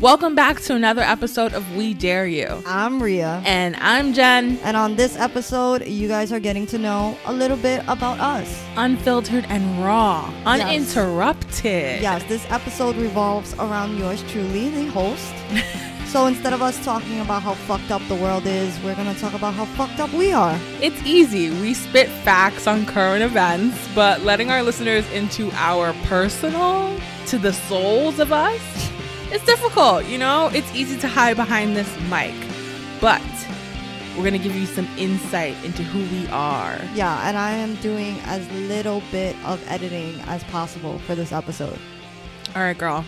Welcome back to another episode of We Dare You. I'm Ria. And I'm Jen, And on this episode, you guys are getting to know a little bit about us. unfiltered and raw, Yes. uninterrupted. Yes, this episode revolves around yours truly, the host. so instead of us talking about how fucked up the world is, we're going to talk about how fucked up we are. It's easy. We spit facts on current events, but letting our listeners into our personal, to the souls of us, it's difficult, you know? It's easy to hide behind this mic, but we're gonna give you some insight into who we are. Yeah, and I am doing as little bit of editing as possible for this episode. All right, girl.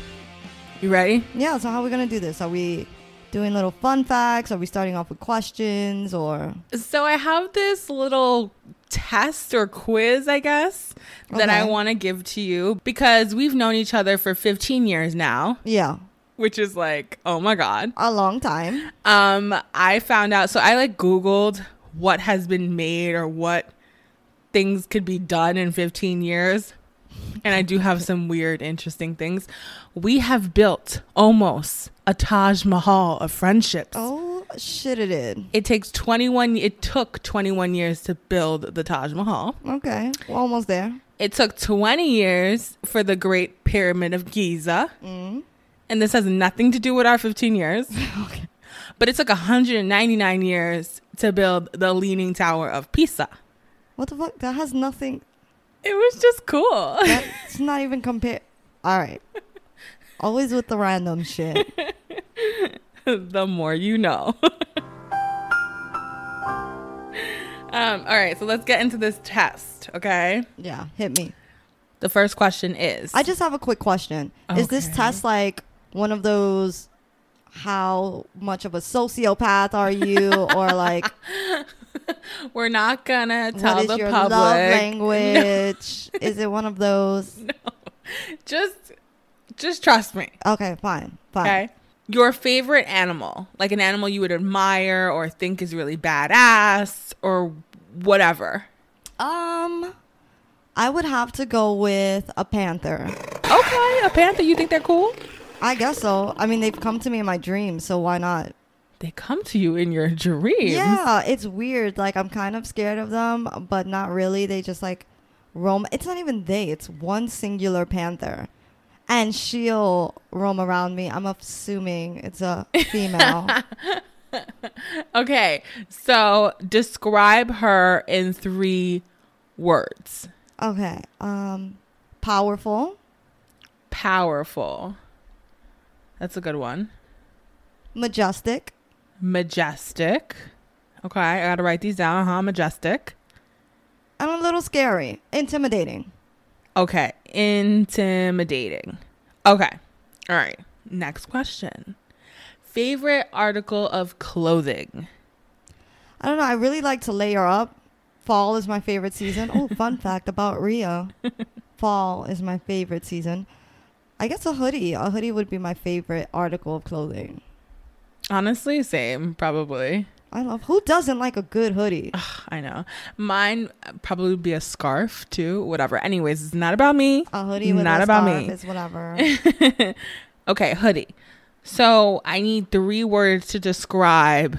You ready? Yeah, so how are we going to do this? Are we doing little fun facts? Are we starting off with questions or So I have this little test or quiz, I guess, that I Okay. want to give to you because we've known each other for 15 years now, yeah, which is like, oh my god. a long time. Um, I found out. So I like Googled what has been made or what things could be done in 15 years. And I do have some weird, interesting things. We have built almost a Taj Mahal of friendships. Oh shit it did. It takes 21, it took 21 years to build the Taj Mahal. Okay. We're almost there. It took 20 years for the Great Pyramid of Giza. Mm. And this has nothing to do with our 15 years. Okay. But it took 199 years to build the Leaning Tower of Pisa. What the fuck? That has nothing It was just cool. that's not even compare Alright. Always with the random shit. the more you know. um, all right, so let's get into this test, okay? Yeah, hit me. The first question is I just have a quick question. Is this Okay. test like one of those how much of a sociopath are you or like we're not gonna tell what is the your public. love language? Is it one of those? Just just trust me. Okay, fine. Fine. Okay. Your favorite animal, like an animal you would admire or think is really badass or whatever. Um I would have to go with a panther. Okay, a panther. You think they're cool? I guess so. I mean, they've come to me in my dreams, so why not? They come to you in your dreams. Yeah, it's weird. Like I'm kind of scared of them, but not really. They just like roam. It's not even they. It's one singular panther, and she'll roam around me. I'm assuming it's a female. Okay, so describe her in three words: okay. Um, powerful, powerful. That's a good one. majestic, Majestic. Okay, I gotta write these down. Huh? Majestic. and a little scary, intimidating. Okay, intimidating. Okay, all right. Next question. Favorite article of clothing. I don't know. I really like to layer up. Fall is my favorite season. Oh, fun fact about Ria. Fall is my favorite season. I guess a hoodie. A hoodie would be my favorite article of clothing. Honestly, same probably. I love who doesn't like a good hoodie? I know. Mine uh, probably would be a scarf too, whatever. Anyways, it's not about me. A hoodie with Not a about scarf me. is whatever. okay, hoodie. So I need three words to describe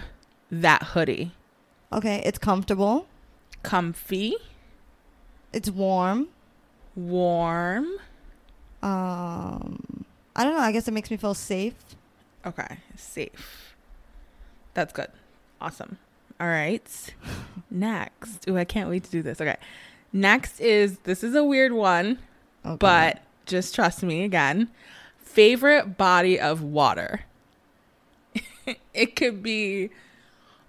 that hoodie Okay, it's comfortable. comfy, It's warm. warm. Um I don't know, I guess it makes me feel safe. Okay, safe. That's good. Awesome. All right. Next. Ooh, I can't wait to do this. Okay. Next is this is a weird one, Okay. but just trust me again. Favorite body of water. it could be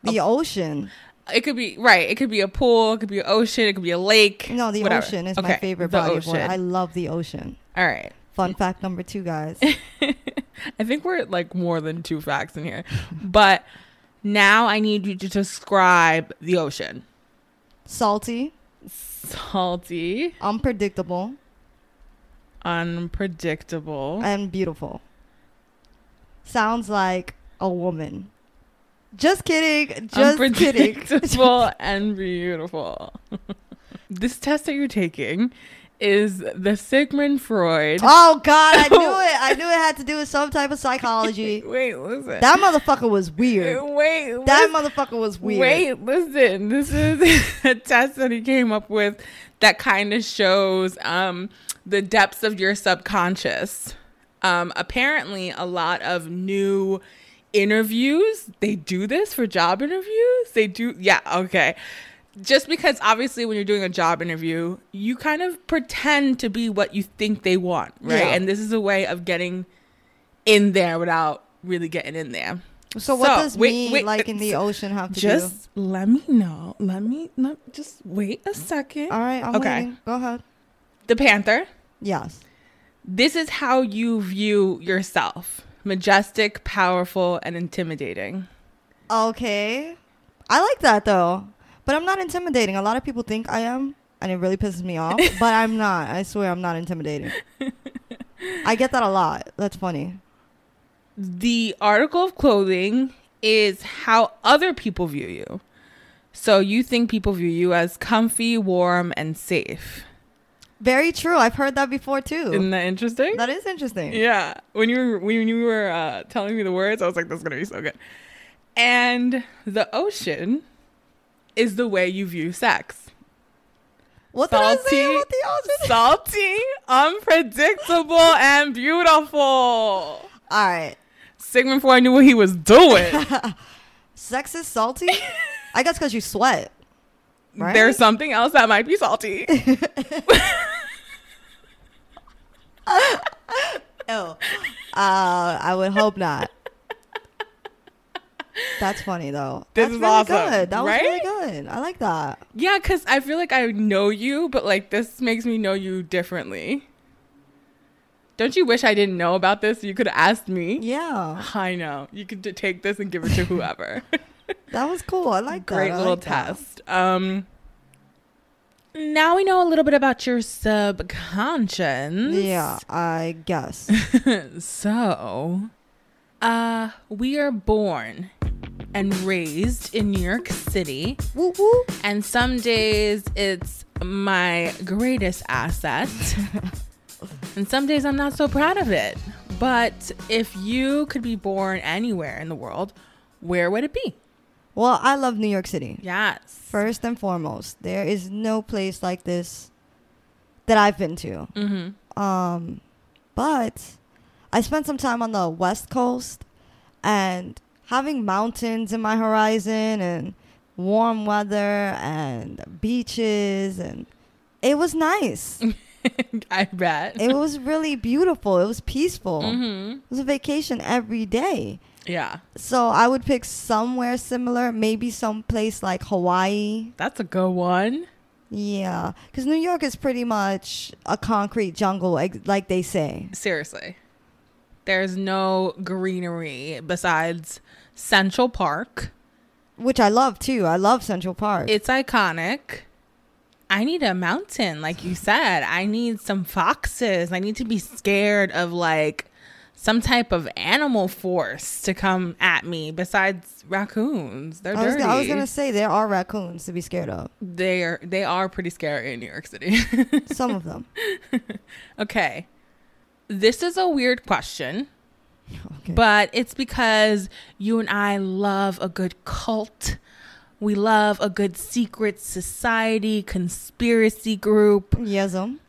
the ocean. It could be right. It could be a pool. It could be an ocean. It could be a lake. No, the whatever. ocean is Okay, my favorite the body of water. ocean. I love the ocean. All right. Fun fact number two, guys. I think we're at like more than two facts in here, but now I need you to describe the ocean. Salty, Salty, unpredictable, unpredictable. and beautiful. Sounds like a woman. Just kidding. Just kidding. unpredictable and beautiful. this test that you're taking is the Sigmund Freud. Oh God, I knew it. I knew it had to do with some type of psychology. Wait, listen. That motherfucker was weird. Wait, That listen. motherfucker was weird. Wait, listen. This is a test that he came up with that kind of shows um, the depths of your subconscious. Um, apparently, a lot of new interviews they do this for job interviews. They do, yeah, okay. Just because obviously when you're doing a job interview, you kind of pretend to be what you think they want, right? Yeah. And this is a way of getting in there without really getting in there. So what So, does wait, me wait, like in the so- ocean have to do? just let me know. Let me let, just wait a second. All right, I'm okay. waiting. Go ahead. Uh, The Panther. Yes. This is how you view yourself: majestic, powerful, and intimidating. Okay. I like that though, but I'm not intimidating. A lot of people think I am, and it really pisses me off. but I'm not. I swear, I'm not intimidating. I get that a lot. That's funny. The article of clothing is how other people view you. So you think people view you as comfy, warm, and safe. Very true. I've heard that before too. Isn't that interesting? That is interesting. Yeah, when you were when you were uh, telling me the words, I was like, "That's gonna be so good." And the ocean is the way you view sex: What did I say Salty. about the ocean? salty, unpredictable, and beautiful. All right. Sigmund Freud knew what he was doing. Sex is salty. I guess because you sweat. Right? There's something else that might be salty. Oh, uh, I would hope not. That's funny though. This That's is really awesome, good. That right? was really good. I like that. yeah, because I feel like I know you, but like this makes me know you differently. Don't you wish I didn't know about this? You could have asked me. Yeah, I know. You could t- take this and give it to whoever. that was cool. I like that. Great I little like that. test. Um now we know a little bit about your subconscious. Yeah, I guess. So uh we are born and raised in New York City. woo woo. And some days it's my greatest asset. and some days I'm not so proud of it. But if you could be born anywhere in the world, where would it be? Well, I love New York City. Yes. First and foremost, there is no place like this that I've been to. mm-hmm. Um, but I spent some time on the West Coast and having mountains in my horizon and warm weather and beaches and it was nice. I bet. it was really beautiful. It was peaceful. hmm It was a vacation every day. Yeah, So I would pick somewhere similar, maybe some place like Hawaii. that's a good one. Yeah, because New York is pretty much a concrete jungle, ex- like they say. Seriously. There's no greenery besides Central Park. which I love too. I love Central Park. It's iconic. I need a mountain, like you said. I need some foxes. I need to be scared of like some type of animal force to come at me besides raccoons. They're I was, dirty. I was gonna say there are raccoons to be scared of. They're they are pretty scary in New York City. Some of them. okay. This is a weird question, Okay. but it's because you and I love a good cult. We love a good secret society, conspiracy group. yes, um,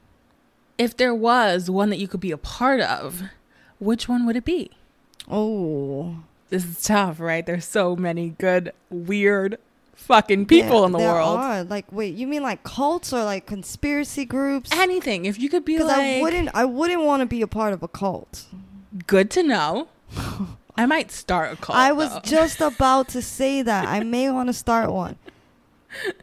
If there was one that you could be a part of, which one would it be? oh, This is tough, right? There's so many good, weird fucking people There- in the there world. Are. Like, wait, you mean like cults or like conspiracy groups? Anything. If you could be Because like I wouldn't, I wouldn't want to be a part of a cult. good to know. I might start a cult. I was though. just about to say that I may want to start one,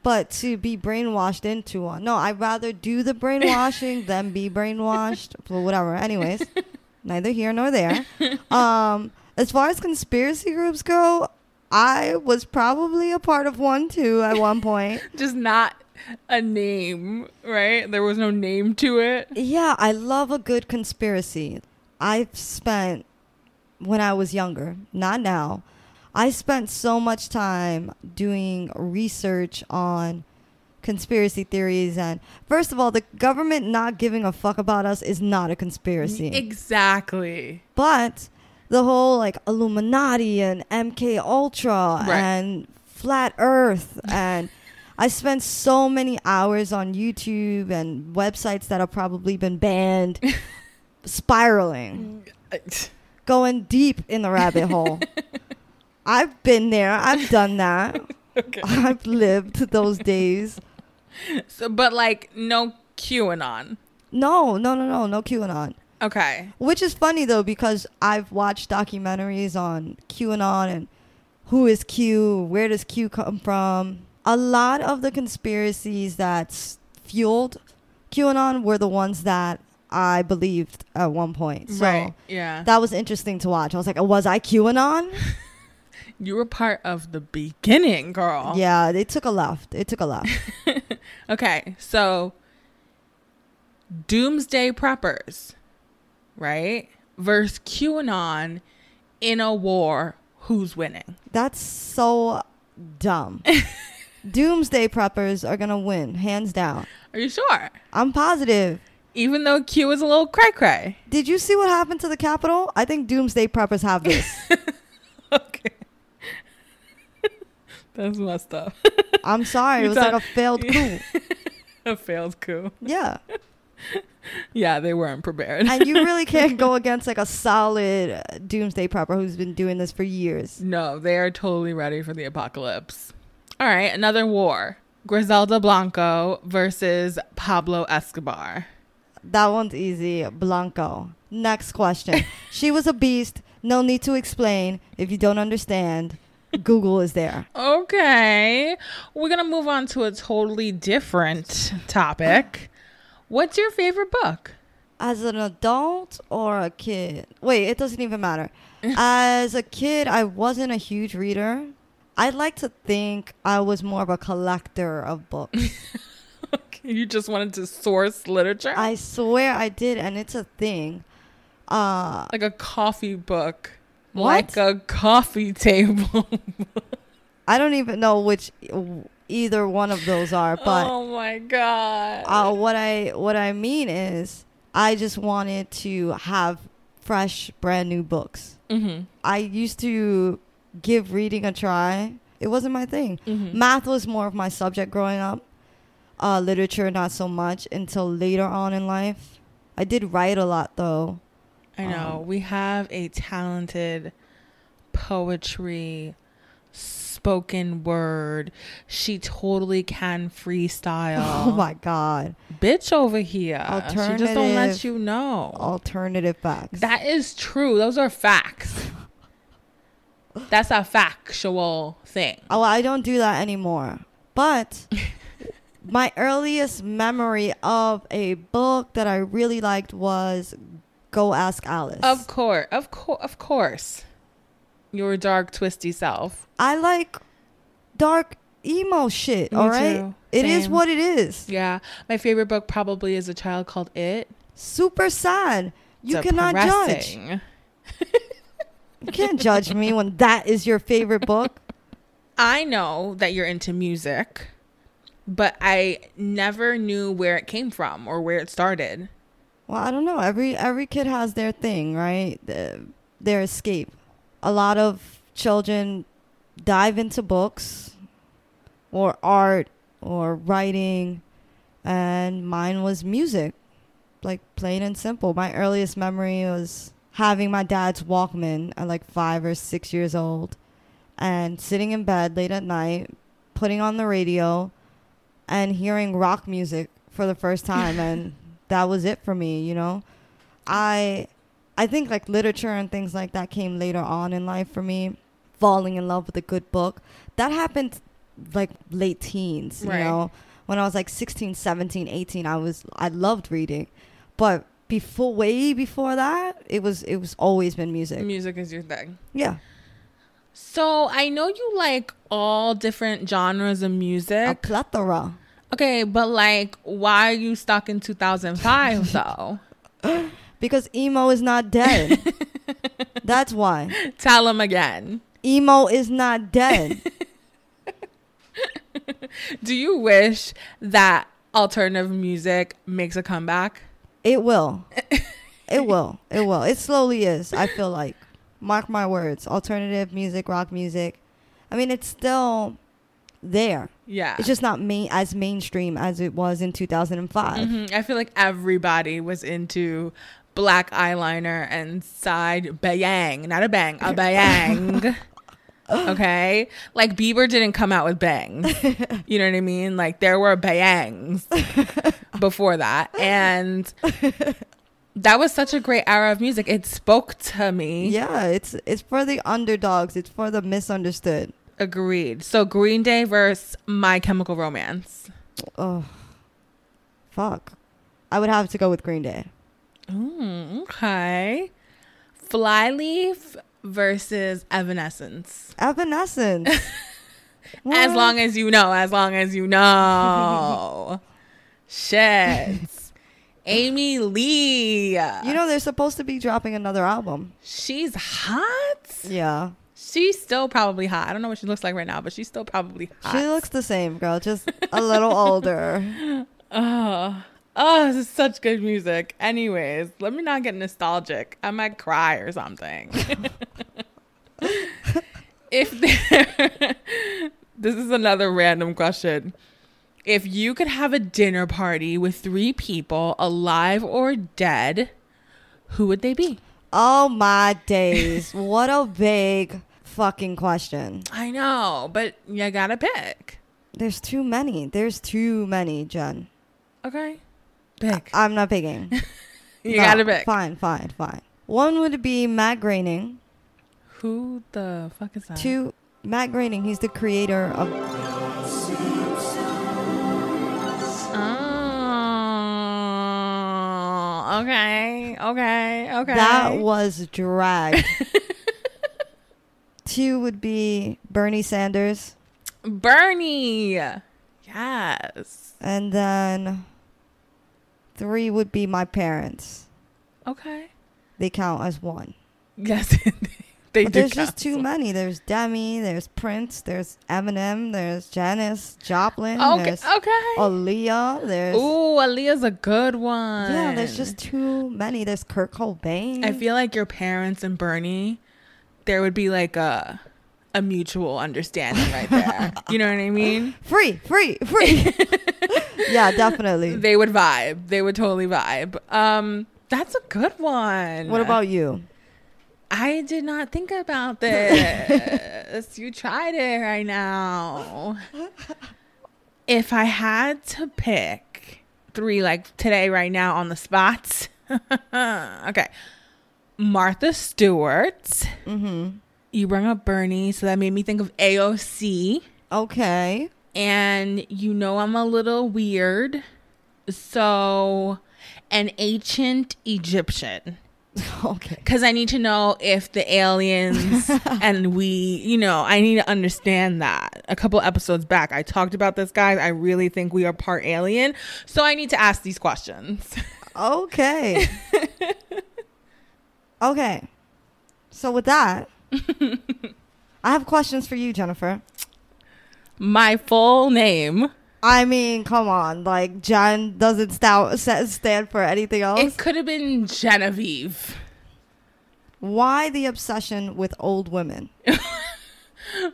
but to be brainwashed into one. No, I'd rather do the brainwashing than be brainwashed. But whatever. Anyways, neither here nor there. Um, as far as conspiracy groups go, I was probably a part of one too at one point. just not a name, right? There was no name to it. Yeah, I love a good conspiracy. I've spent, when I was younger, not now, I spent so much time doing research on conspiracy theories and first of all the government not giving a fuck about us is not a conspiracy Exactly. but the whole like illuminati and mk ultra Right. and flat earth and i spent so many hours on youtube and websites that have probably been banned Mm. spiraling going deep in the rabbit hole i've been there i've done that okay. i've lived those days So, but like no QAnon. no no no no no qanon Okay. Which is funny though because I've watched documentaries on QAnon and who is Q, where does Q come from. A lot of the conspiracies that s- fueled QAnon were the ones that I believed at one point. So right. Yeah. that was interesting to watch. I was like, oh, was I QAnon? you were part of the beginning, girl. Yeah, they took a left. It took a left. Okay. So doomsday preppers, right? Versus QAnon in a war, who's winning? That's so dumb. Doomsday preppers are going to win, hands down. Are you sure? I'm positive. Even though Q is a little cray cray. Did you see what happened to the Capitol? I think doomsday preppers have this. Okay. That's messed up. I'm sorry. You It was thought- like a failed coup. a failed coup. Yeah. Yeah, they weren't prepared. And you really can't go against like a solid uh, doomsday prepper who's been doing this for years. No, they are totally ready for the apocalypse. All right, another war. Griselda Blanco versus Pablo Escobar. That one's easy. Blanco. Next question. she was a beast. No need to explain. If you don't understand, Google is there. Okay, we're gonna move on to a totally different topic. What's your favorite book? As an adult or a kid? Wait, it doesn't even matter. As a kid, I wasn't a huge reader. I'd like to think I was more of a collector of books. You just wanted to source literature? I swear I did, and it's a thing. Uh, like a coffee book. What? Like a coffee table. I don't even know which e-, either one of those are, but oh my god. uh, what I what I mean is, I just wanted to have fresh, brand new books. mm-hmm. I used to give reading a try. It wasn't my thing. Mm-hmm. Math was more of my subject growing up. Uh, literature, not so much until later on in life. I did write a lot though. I know. Um, we have a talented poetry, spoken word. She totally can freestyle. Oh my god! Bitch over here. She just don't let Alternative. you know. Alternative facts. Oh. That is true. Those are facts. That's a factual thing. Oh, I don't do that anymore. But my earliest memory of a book that I really liked was Go Ask Alice. Of course. Of course. Of course. Your dark, twisty self. I like dark emo shit, Me all right? too. It is Same. what it is. Yeah. My favorite book probably is A Child Called It. Super sad. You cannot judge. Depressing. You can't judge me when that is your favorite book. I know that you're into music, but I never knew where it came from or where it started. Well, I don't know. Every every kid has their thing, right? The, their escape. A lot of children dive into books or art or writing, and mine was music, like plain and simple. My earliest memory was having my dad's Walkman at like five or six years old, and sitting in bed late at night, putting on the radio, and hearing rock music for the first time and that was it for me you know i i think like literature and things like that came later on in life for me falling in love with a good book that happened like late teens Right. you know when i was like 16 17 18 i was i loved reading but before way before that it was it was always been music Music is your thing. yeah So I know you like all different genres of a music. plethora Okay, but like, why are you stuck in 2005 though? because emo is not dead that's why Tell them again. emo is not dead. Do you wish that alternative music makes a comeback? It will. it will. It will. It slowly is. I feel like, mark my words, alternative music, rock music. I mean, it's still there. Yeah. It's just not main as mainstream as it was in 2005. Mhm. I feel like everybody was into black eyeliner and side bang, not a bang, a bang. okay? Like Bieber didn't come out with bangs. You know what I mean? Like there were bangs before that. And that was such a great era of music. It spoke to me. Yeah, it's it's for the underdogs. It's for the misunderstood. Agreed. So Green Day versus My Chemical Romance. Oh, fuck. I would have to go with Green Day. Mm, okay. Flyleaf versus Evanescence. Evanescence. As What? long as you know, as long as you know. Shit. Amy Lee. you know they're supposed to be dropping another album. she's hot. Yeah, She's still probably hot. I don't know what she looks like right now, but she's still probably hot. she looks the same, girl, just a little older. Oh, oh, this is such good music. Anyways, let me not get nostalgic. I might cry or something. if there, this is another random question. If you could have a dinner party with three people, alive or dead, who would they be? Oh my days! What a big fucking question. I know, but you gotta pick. There's too many. There's too many, Jen. Okay, pick. I'm not picking. you No, gotta pick. Fine, fine, fine. One would be Matt Groening. Who the fuck is that? Two, Matt Groening. He's the creator of. Oh, okay, okay, okay. That was dragged. Two would be Bernie Sanders, Bernie. Yes. and then three would be my parents. Okay. They count as one. Yes. they But do. there's just too counsel. many. There's Demi, there's Prince, there's Eminem, there's Janice Joplin, Okay. there's Okay. Aaliyah, there's Ooh, Aaliyah's a good one. yeah, there's just too many. There's Kurt Cobain. I feel like your parents and Bernie, there would be like a a mutual understanding right there. you know what I mean? free, free, free. yeah, definitely. They would vibe. They would totally vibe. Um, that's a good one. What about you? I did not think about this. you tried it right now. If I had to pick three, like today, right now, on the spot, okay. Martha Stewart. Mm-hmm. You bring up Bernie, so that made me think of AOC. Okay. And you know I'm a little weird. So, an ancient Egyptian Okay. because I need to know if the aliens and we, you know, I need to understand that. A couple episodes back, I talked about this, guys. I really think we are part alien. So I need to ask these questions. Okay. okay. So with that, I have questions for you, Jennifer. My full name, I mean, come on. Like Jen doesn't stout, sa- stand for anything else. it could have been Genevieve. Why the obsession with old women?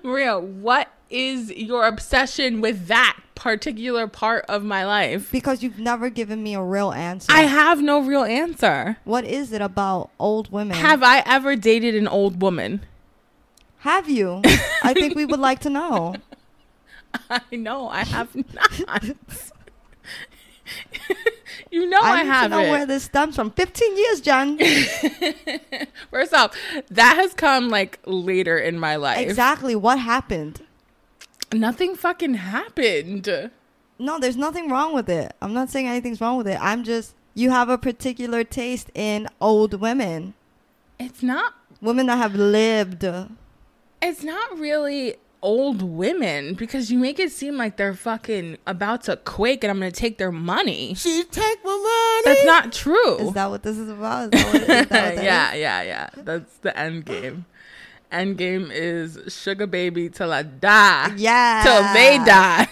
Maria, what is your obsession with that particular part of my life? Because you've never given me a real answer. I have no real answer. what is it about old women? Have I ever dated an old woman? Have you? I think we would like to know. I know I have not. you know Oh, I, I need haven't. to know where this stems from. 15 years, Jen. First off, that has come like later in my life. exactly. What happened? Nothing fucking happened. No, there's nothing wrong with it. I'm not saying anything's wrong with it. I'm just, you have a particular taste in old women, It's not. women that have lived. It's not really old women because you make it seem like they're fucking about to quake and I'm gonna take their money. She take my That's not true. Is that what this is about? Is that what, is that what that is? yeah, yeah, yeah. That's the end game. Endgame is sugar baby till I die. Yeah. Till they die.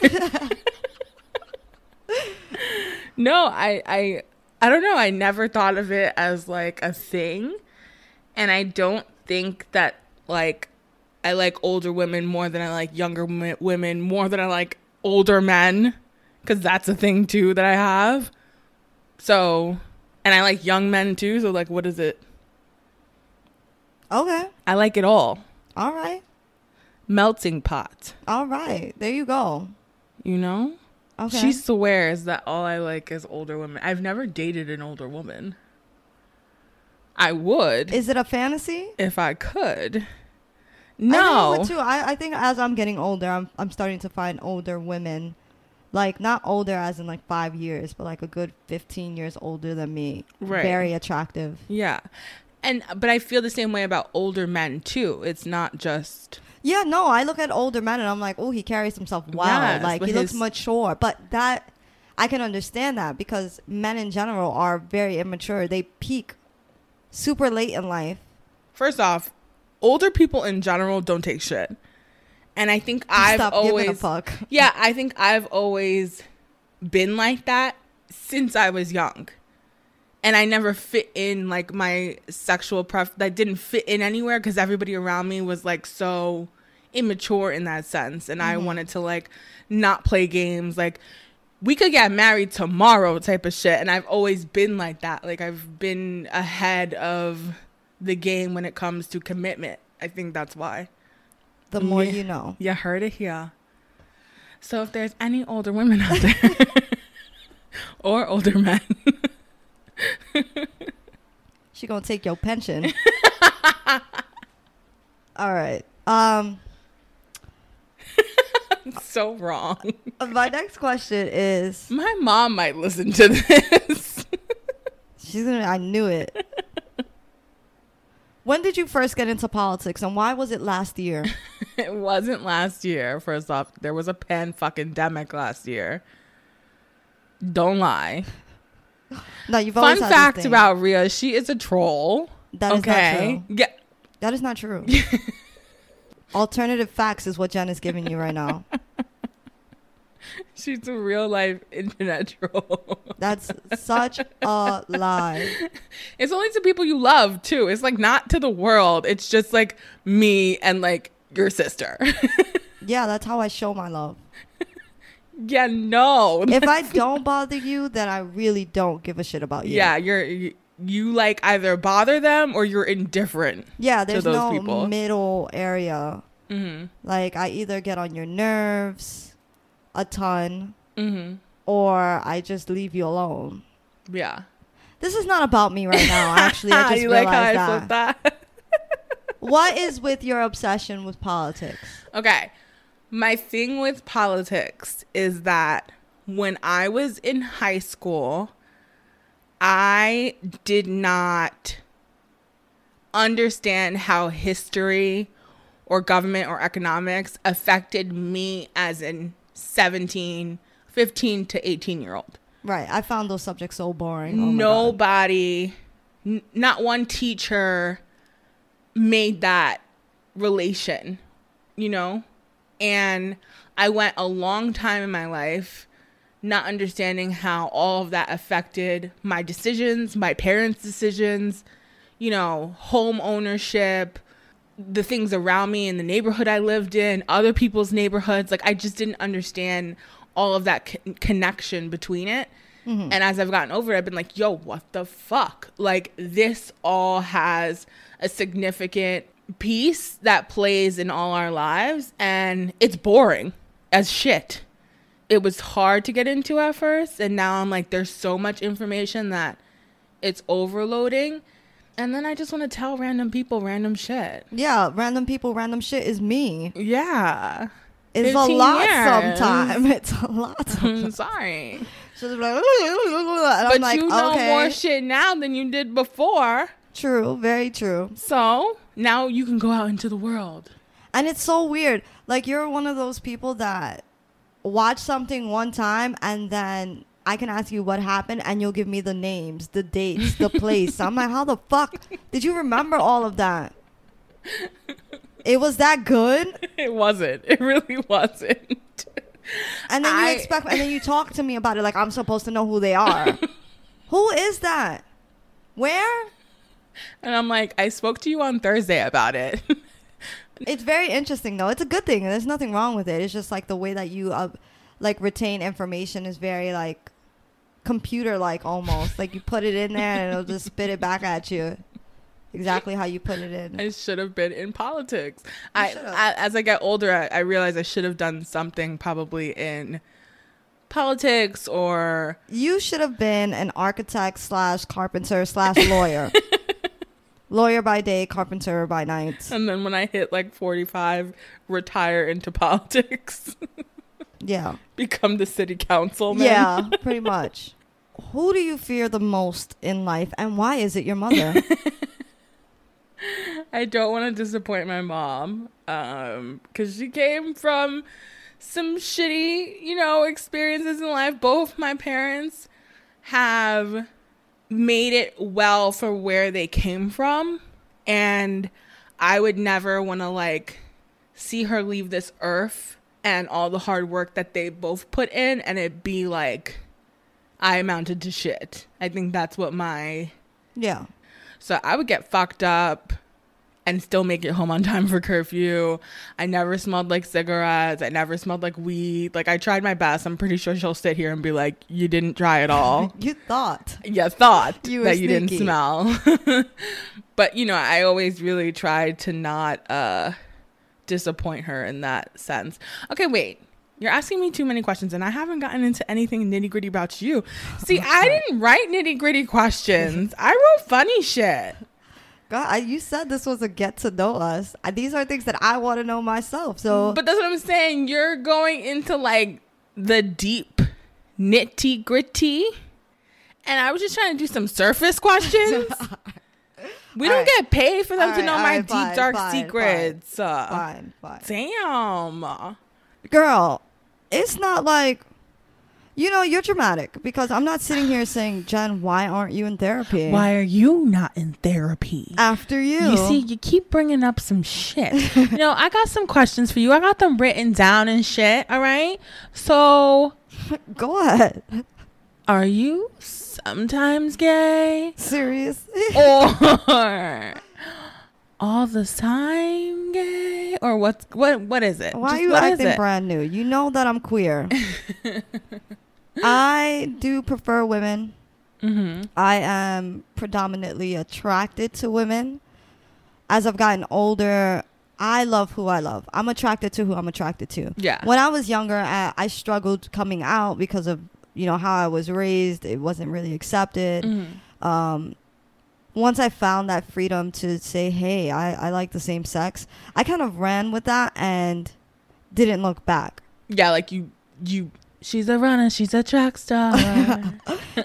no, I I I don't know. I never thought of it as like a thing. And I don't think that like I like older women more than I like younger wo- women more than I like older men cuz that's a thing too that I have. So, and I like young men too, so like what is it? Okay. I like it all. All right. Melting pot, All right. There you go. you know? Okay. She swears that all I like is older women. I've never dated an older woman. I would Is it a fantasy? if I could. I No. think I would too. I, I think as I'm getting older, I'm I'm starting to find older women, like not older as in like five years, but like a good fifteen years older than me. Right. Very attractive. yeah. And but I feel the same way about older men too. It's not just Yeah. No, I look at older men and I'm like, oh, he carries himself well. Yes, like with he looks his- mature. But that I can understand that because men in general are very immature. They peak super late in life. First off, older people in general don't take shit. And I think I've Stop giving a always fuck. Yeah, I think I've always been like that since I was young. And I never fit in like my sexual pref that didn't fit in anywhere because everybody around me was like so immature in that sense. And I wanted to like not play games, like we could get married tomorrow type of shit. And I've always been like that. Like I've been ahead of the game when it comes to commitment. I think that's why. The more Yeah. you know. You heard it here. So if there's any older women out there or older men, She gonna take your pension. All right. Um, so wrong. my next question is My mom might listen to this. she's gonna. I knew it. When did you first get into politics, and why was it last year? it wasn't last year. First off, there was a pan fucking demic last year. Don't lie. No, you've Fun always had this fact thing. about Rhea, she is a troll. That is not okay. true. Yeah. that is not true. Alternative facts is what Jen is giving you right now. She's a real life internet troll. That's such a lie. It's only to people you love too. It's like not to the world. It's just like me and like your sister. Yeah, that's how I show my love. yeah, no. If I don't bother you, then I really don't give a shit about you. yeah, you're you, you like either bother them or you're indifferent. Yeah, there's those no people. middle area. Mhm. Like I either get on your nerves a ton Mhm. or I just leave you alone. Yeah. This is not about me right now, actually. I just you realized like how I that. flipped that? What is with your obsession with politics? okay. My thing with politics is that when I was in high school, I did not understand how history or government or economics affected me as an 17, 15 to 18 year old. Right. I found those subjects so boring. Oh my God. Nobody, n- not one teacher made that relation, you know? And I went a long time in my life not understanding how all of that affected my decisions, my parents' decisions, you know, home ownership, the things around me in the neighborhood I lived in, other people's neighborhoods. Like I just didn't understand all of that con- connection between it. And as I've gotten over it, I've been like, yo, what the fuck? Like this all has a significant piece that plays in all our lives and it's boring as shit it was hard to get into at first and now i'm like there's so much information that it's overloading and then i just want to tell random people random shit Yeah, random people, random shit is me. yeah It's a 15 lot years. sometimes. It's a lot. Sometimes. i'm sorry She's like, and but I'm like, you know okay, more shit now than you did before true, very true. so now you can go out into the world And it's so weird. Like you're one of those people that watch something one time and then I can ask you what happened and you'll give me the names, the dates, the place. I'm like, how the fuck did you remember all of that? It was that good, It wasn't. It really wasn't. and then you I- expect, and then you talk to me about it like I'm supposed to know who they are. who is that? Where? And I'm like, I spoke to you on Thursday about it. It's very interesting though. It's a good thing. There's nothing wrong with it. It's just like the way that you uh, like retain information is very like computer like almost. like you put it in there and it'll just spit it back at you. Exactly how you put it in. I should have been in politics. I, should've. I as I get older, I, I realize I should have done something probably in politics or You should have been an architect slash carpenter slash lawyer. lawyer by day, carpenter by night. and then when I hit like 45, retire into politics, Yeah. become the city councilman. Yeah, pretty much. Who do you fear the most in life and why is it your mother? I don't want to disappoint my mom um cuz she came from some shitty, you know, experiences in life. Both my parents have made it well for where they came from and I would never want to like see her leave this earth and all the hard work that they both put in and it be like I amounted to shit. I think that's what my yeah. so I would get fucked up and still make it home on time for curfew. I never smelled like cigarettes. I never smelled like weed. Like I tried my best. I'm pretty sure she'll sit here and be like, "You didn't try at all. You thought. you thought You were that you didn't sneaky." smell." but you know, I always really tried to not uh disappoint her in that sense. Okay, wait. You're asking me too many questions, and I haven't gotten into anything nitty gritty about you. See, I didn't write nitty gritty questions. I wrote funny shit. God, I, you said this was a get to know us. Uh, These are things that I want to know myself. So But that's what I'm saying. You're going into like the deep nitty gritty. And I was just trying to do some surface questions. we All don't right. get paid for them All to right, know all my right, deep, fine, dark fine, secrets. Uh, fine, fine. damn. Girl, it's not like, you know, you're dramatic because I'm not sitting here saying, Jen, why aren't you in therapy? are you not in therapy? After you. You see, you keep bringing up some shit. you know, I got some questions for you. I got them written down and shit. All right. So, go ahead. are you sometimes gay? Seriously? Oh, or all the time gay or what's what what is it Why Just are you what is acting it? brand new? You know that I'm queer. I do prefer women. Mhm. I am predominantly attracted to women. As I've gotten older, I love who I love. I'm attracted to who I'm attracted to. yeah When I was younger, I, I struggled coming out because of you know how I was raised. It wasn't really accepted. Mhm. Um, once I found that freedom to say, "Hey, I, I like the same sex," I kind of ran with that and didn't look back. yeah like you you she's a runner she's a track star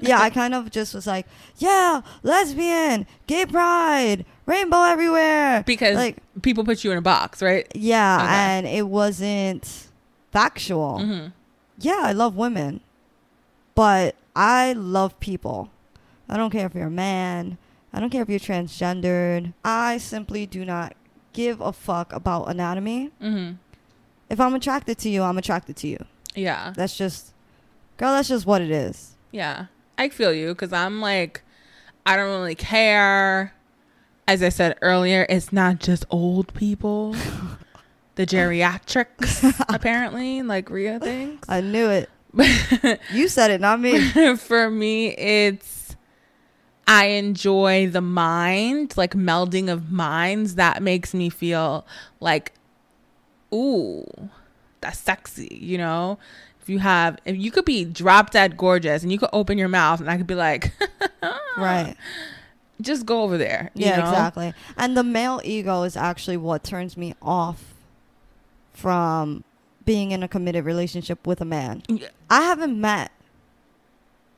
yeah, I kind of just was like, yeah, lesbian, gay pride, rainbow everywhere. because like, people put you in a box right yeah, Okay. and it wasn't factual. Mhm. Yeah, I love women, but I love people. I don't care if you're a man. I don't care if you're transgendered. I simply do not give a fuck about anatomy. Mhm. If I'm attracted to you, I'm attracted to you. yeah That's just, girl, that's just what it is. yeah i feel you because i'm like i don't really care as i said earlier it's not just old people the geriatrics apparently like ria thinks I knew it. you said it, not me. for me it's i enjoy the mind like melding of minds that makes me feel like ooh that's sexy you know if you have if you could be drop dead gorgeous and you could open your mouth and i could be like Right. just go over there you yeah, know? exactly. And the male ego is actually what turns me off from being in a committed relationship with a man. Yeah. I haven't met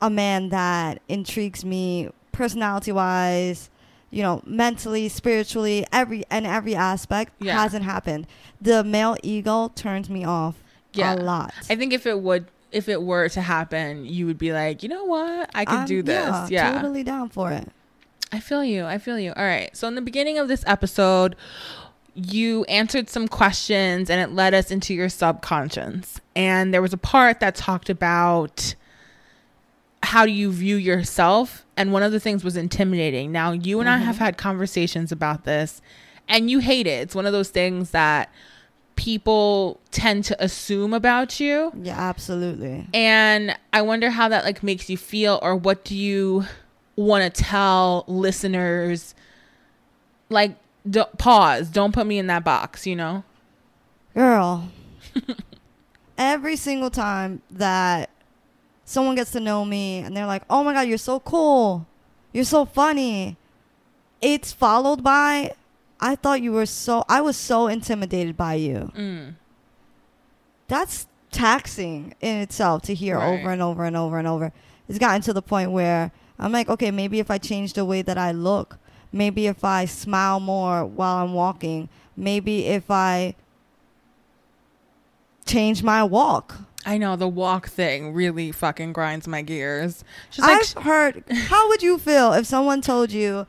a man that intrigues me personality wise, you know, mentally, spiritually, every and every aspect Yeah. hasn't happened. The male ego turns me off Yeah. a lot. i think if it would if it were to happen you would be like you know what i could I'm- do this yeah, Um, Totally down for it. I feel you. I feel you. All right. So in the beginning of this episode, you answered some questions and it led us into your subconscious. And there was a part that talked about how do you view yourself? And one of the things was intimidating. Now, you and I have had conversations about this, and you hate it. It's one of those things that people tend to assume about you. Yeah, absolutely. And I wonder how that like makes you feel or what do you want to tell listeners like do pause, don't put me in that box, you know? Girl, every single time that someone gets to know me and they're like, oh my God, you're so cool. You're so funny. It's followed by, I thought you were so, I was so intimidated by you. Mm. That's taxing in itself to hear Right. over and over and over and over. It's gotten to the point where I'm like, okay, maybe if I change the way that I look, maybe if I smile more while I'm walking, maybe if I change my walk. I know the walk thing really fucking grinds my gears. She's like I've heard. How would you feel if someone told you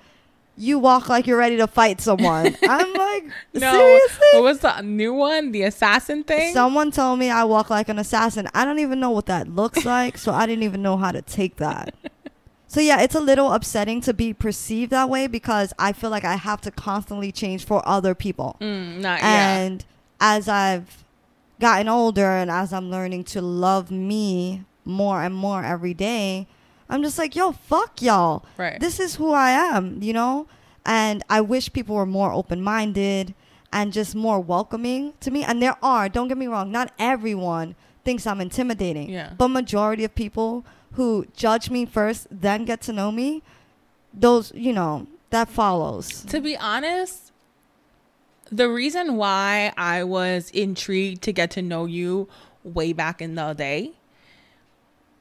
you walk like you're ready to fight someone? I'm like, no. What seriously. was the new one? The assassin thing? Someone told me I walk like an assassin. I don't even know what that looks like, so I didn't even know how to take that. So yeah, it's a little upsetting to be perceived that way because I feel like I have to constantly change for other people. mm, not yeah. And as I've gotten older and as I'm learning to love me more and more every day, I'm just like, yo, fuck y'all. Right. This is who I am, you know? And I wish people were more open minded and just more welcoming to me. And there are, don't get me wrong, not everyone thinks I'm intimidating. Yeah. But majority of people who judge me first, then get to know me, those, you know, that follows. To be honest, the reason why I was intrigued to get to know you way back in the day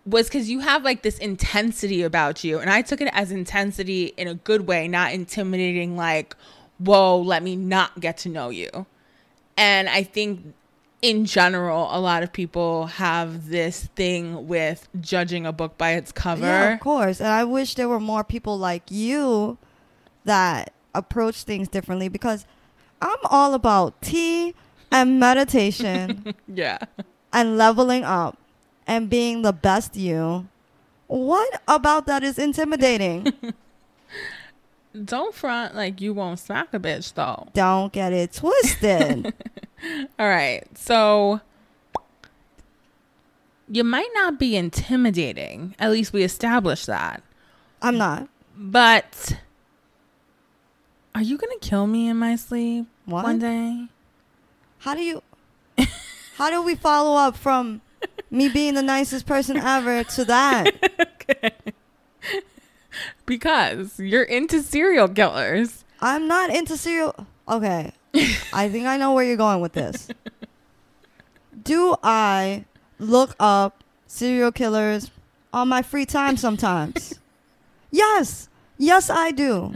was because you have like this intensity about you. And I took it as intensity in a good way, not intimidating, like, whoa, let me not get to know you. And I think in general, a lot of people have this thing with judging a book by its cover. Yeah, of course. And I wish there were more people like you that approach things differently because I'm all about tea and meditation yeah. and leveling up and being the best you. What about that is intimidating? Don't front like you won't smack a bitch though. Don't get it twisted. All right. So you might not be intimidating. At least we established that. I'm not. But are you going to kill me in my sleep What? one day? How do you How do we follow up from me being the nicest person ever to that? Because you're into serial killers. I'm not into serial. Okay. I think I know where you're going with this. Do I look up serial killers on my free time sometimes? yes. Yes, I do.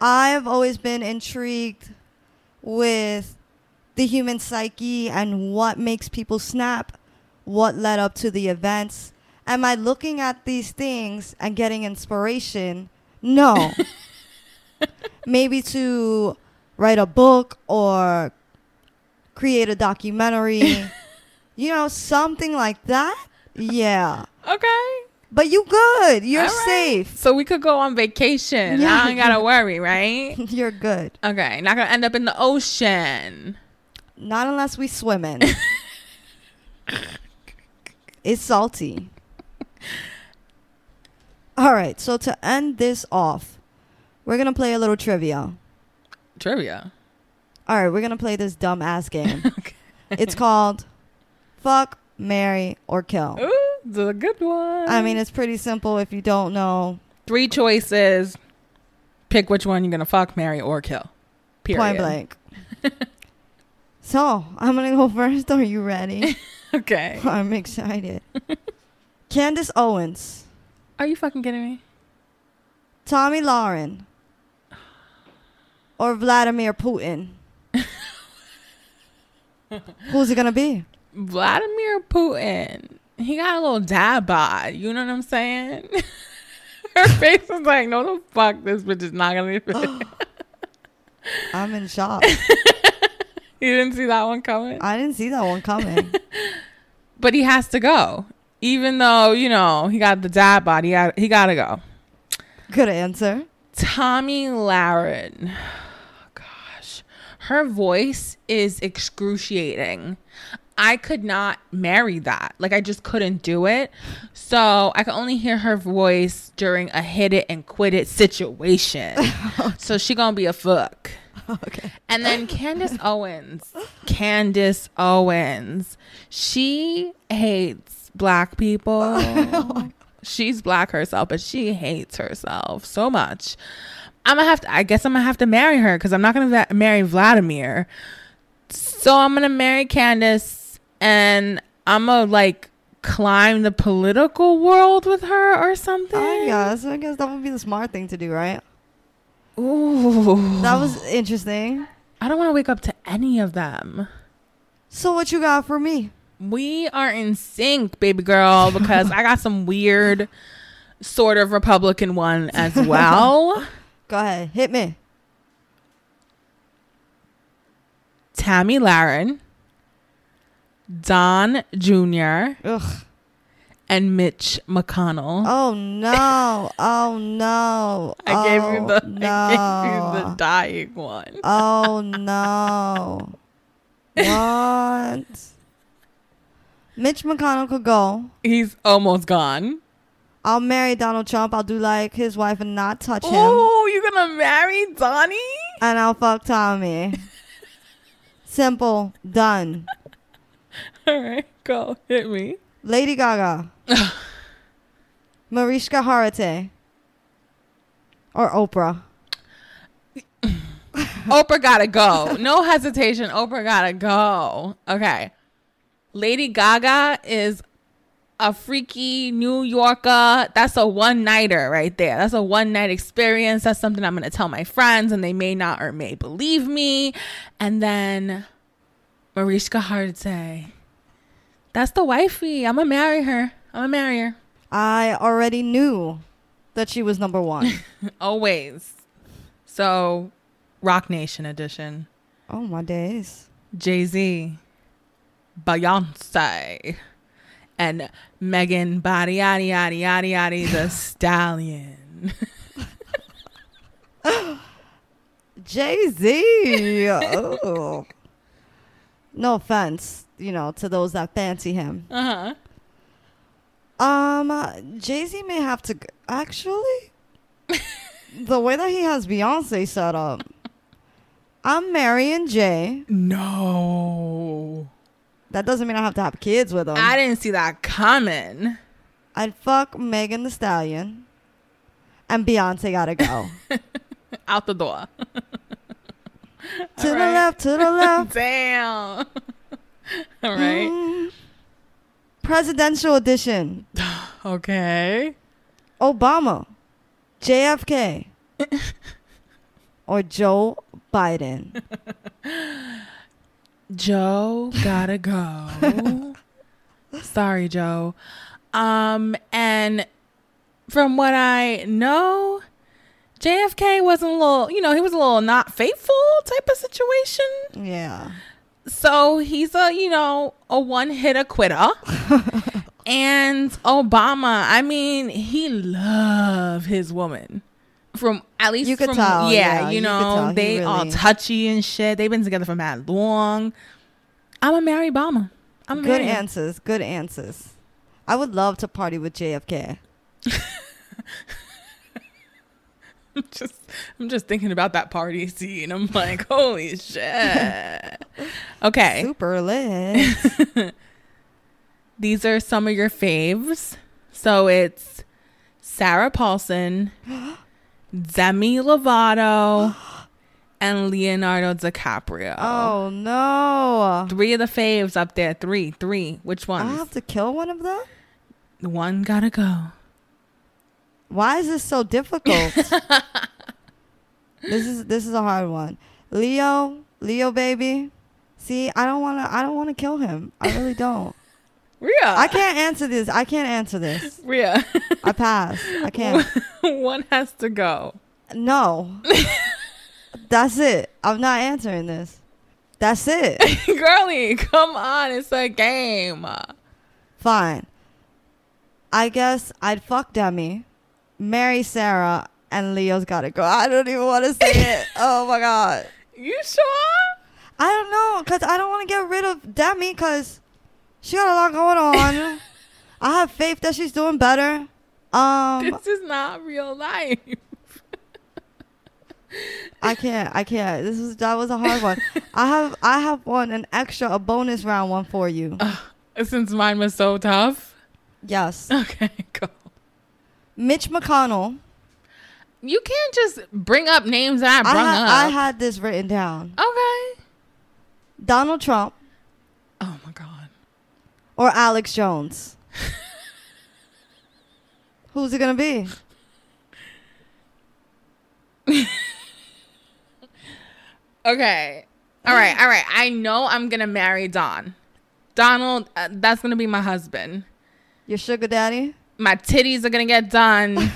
I've always been intrigued with the human psyche and what makes people snap, what led up to the events. Am I looking at these things and getting inspiration? No. Maybe to write a book or create a documentary, you know, something like that. Yeah. Okay. But you good. You're All right. safe. So we could go on vacation. Yeah. I don't got to worry, right? You're good. Okay. Not going to end up in the ocean. Not unless we swim in. it's salty. All right, so to end this off, we're going to play a little trivia. Trivia. All right, we're going to play this dumb ass game. Okay. it's called Fuck, Marry, or Kill. Ooh, this is a good one. I mean, it's pretty simple if you don't know. three choices. Pick which one you're gonna fuck, marry, or kill. Period. Point blank. so I'm gonna go first. Are you ready? Okay. I'm excited. Candace Owens, Are you fucking kidding me? Tommy Lauren, or Vladimir Putin. Who's it gonna be? Vladimir Putin. He got a little dad bod. You know what I'm saying? Her face is like, no, the fuck, this bitch is not gonna be. I'm in shock. You didn't see that one coming. I didn't see that one coming. but he has to go. Even though, you know, he got the dad body, he got, he got to go. Good answer. Tommy Lauren. Gosh. Her voice is excruciating. I could not marry that. Like, I just couldn't do it. So, I could only hear her voice during a hit it and quit it situation. so, she gonna be a fuck. Okay. And then Candace Owens. Candace Owens. She hates black Oh people. She's black herself, but she hates herself so much. I'm gonna have to, I guess I'm gonna have to marry her because I'm not gonna va- marry Vladimir. So I'm gonna marry Candace and I'm gonna like climb the political world with her or something. I guess. Oh, I guess that would be the smart thing to do, right? Ooh. That was interesting. I don't wanna wake up to any of them. So what you got for me? We are in sync, baby girl, because I got some weird sort of Republican one as well. Go ahead, hit me. Tammy Laren, Don Jr., Ugh. and Mitch McConnell. Oh no. Oh no. I gave Oh, you the no. I gave you the dying one. oh no. What? Mitch McConnell could go. He's almost gone. I'll marry Donald Trump. I'll do like his wife and not touch him. Oh, you're gonna marry Donnie? And I'll fuck Tommy. Simple. Done. All right, go hit me. Lady Gaga. Mariska Hargitay. Or Oprah. Oprah gotta go. No hesitation. Oprah gotta go. Okay. Lady Gaga is a freaky New Yorker. That's a one nighter right there. That's a one night experience. That's something I'm gonna tell my friends, and they may not or may believe me. And then Mariska Hargitay. That's the wifey. I'm gonna marry her. I'm gonna marry her. I already knew that she was number one. Always. So, Rock Nation edition. oh my days. Jay Z, Beyonce, and Megan Body Yadi Yadi Yadi Yadi the Stallion. Jay Z. no offense, you know, to those that fancy him. Uh huh. Um, Jay Z may have to g- actually. the way that he has Beyonce set up, I'm marrying Jay. No, That doesn't mean I have to have kids with him. I didn't see that coming. I'd fuck Megan the Stallion. And Beyonce gotta go. Out the door. to the right. left, to the left. Damn. All right. Mm. Presidential edition. Okay. Obama. JFK. or Joe Biden. Joe gotta go. Sorry, Joe. Um, and from what I know, JFK was a little, you know, he was a little not faithful type of situation. Yeah. So he's a, you know, a one hit a quitter. and Obama, I mean, he loved his woman. From at least You could from- tell, yeah, yeah, you you could know, tell. He they all really- touchy and shit. They've been together for mad long. I'm a marry Obama. I'm Good marry him. answers. Good answers. I would love to party with JFK. I'm just I'm just thinking about that party scene. I'm like, holy shit. okay. Super lit. These are some of your faves. So it's Sarah Paulson, Demi Lovato, and Leonardo DiCaprio. oh no. Three of the faves up there. Three, three. Which I ones? have to kill one of them? One gotta go. Why is this so difficult? this is this is a hard one. Leo, Leo baby. See, I don't want to I don't want to kill him. I really don't. Rhea. I can't answer this. I can't answer this. Rhea. I pass. I can't. One has to go. No. That's it. I'm not answering this. That's it. Girly, come on. It's a game. Fine. I guess I'd fuck Demi, marry Sarah, and Leo's gotta go. I don't even want to say it. Oh my god. You sure? I don't know, cause I don't want to get rid of Demi, cause she got a lot going on. I have faith that she's doing better. Um, This is not real life. I can't. I can't. This was that was a hard one. I have I have one an extra a bonus round one for you. Uh. Since mine was so tough. Yes, Okay, go. Mitch McConnell. You can't just bring up names that I I, brung ha- I up. had this written down. okay. Donald Trump Oh my god. or Alex Jones. Who's it gonna be? Okay. All right. All right. I know I'm gonna marry Don. Donald. Uh, that's gonna be my husband. Your sugar daddy? My titties are gonna get done.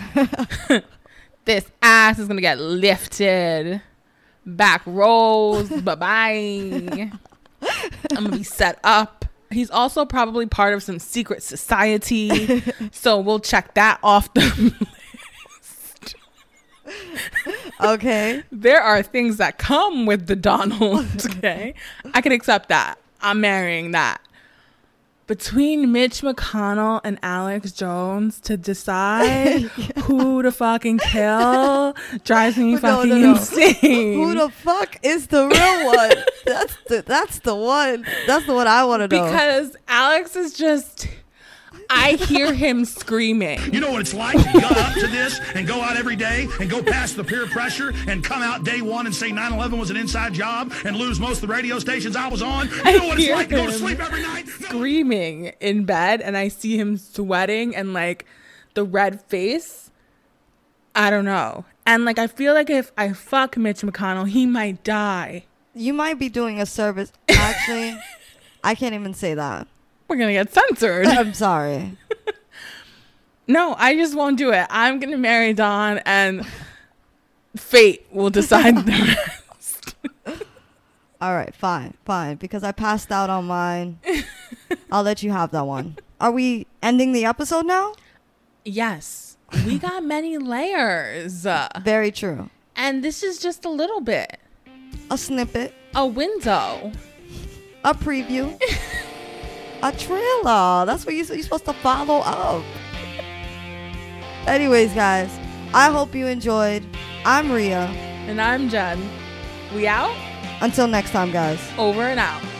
this ass is gonna get lifted. Back rolls. bye bye. I'm gonna be set up. He's also probably part of some secret society, so we'll check that off the. Okay. there are things that come with the Donald. Okay, I can accept that. I'm marrying that. Between Mitch McConnell and Alex Jones to decide who to fucking kill drives me No, fucking no, no. insane. Who the fuck is the real one? that's the that's the one. That's the one I want to know. because Alex is just. I hear him screaming. You know what it's like to gut up to this and go out every day and go past the peer pressure and come out day one and say 9-11 was an inside job and lose most of the radio stations I was on. You know what it's hear like to go to him sleep every night. screaming in bed and I see him sweating and like the red face. I don't know. And like I feel like if I fuck Mitch McConnell, he might die. you might be doing a service. Actually, I can't even say that. We're gonna get censored. I'm sorry. no, I just won't do it. I'm gonna marry Don and fate will decide the rest. All right, fine, fine. Because I passed out on mine. I'll let you have that one. Are we ending the episode now? Yes. We got many layers. Very true. And this is just a little bit. A snippet, A window. a preview, a trailer. That's what you, you're supposed to follow up. Anyways, guys, I hope you enjoyed. I'm Ria. And I'm Jen. We out? Until next time, guys. Over and out.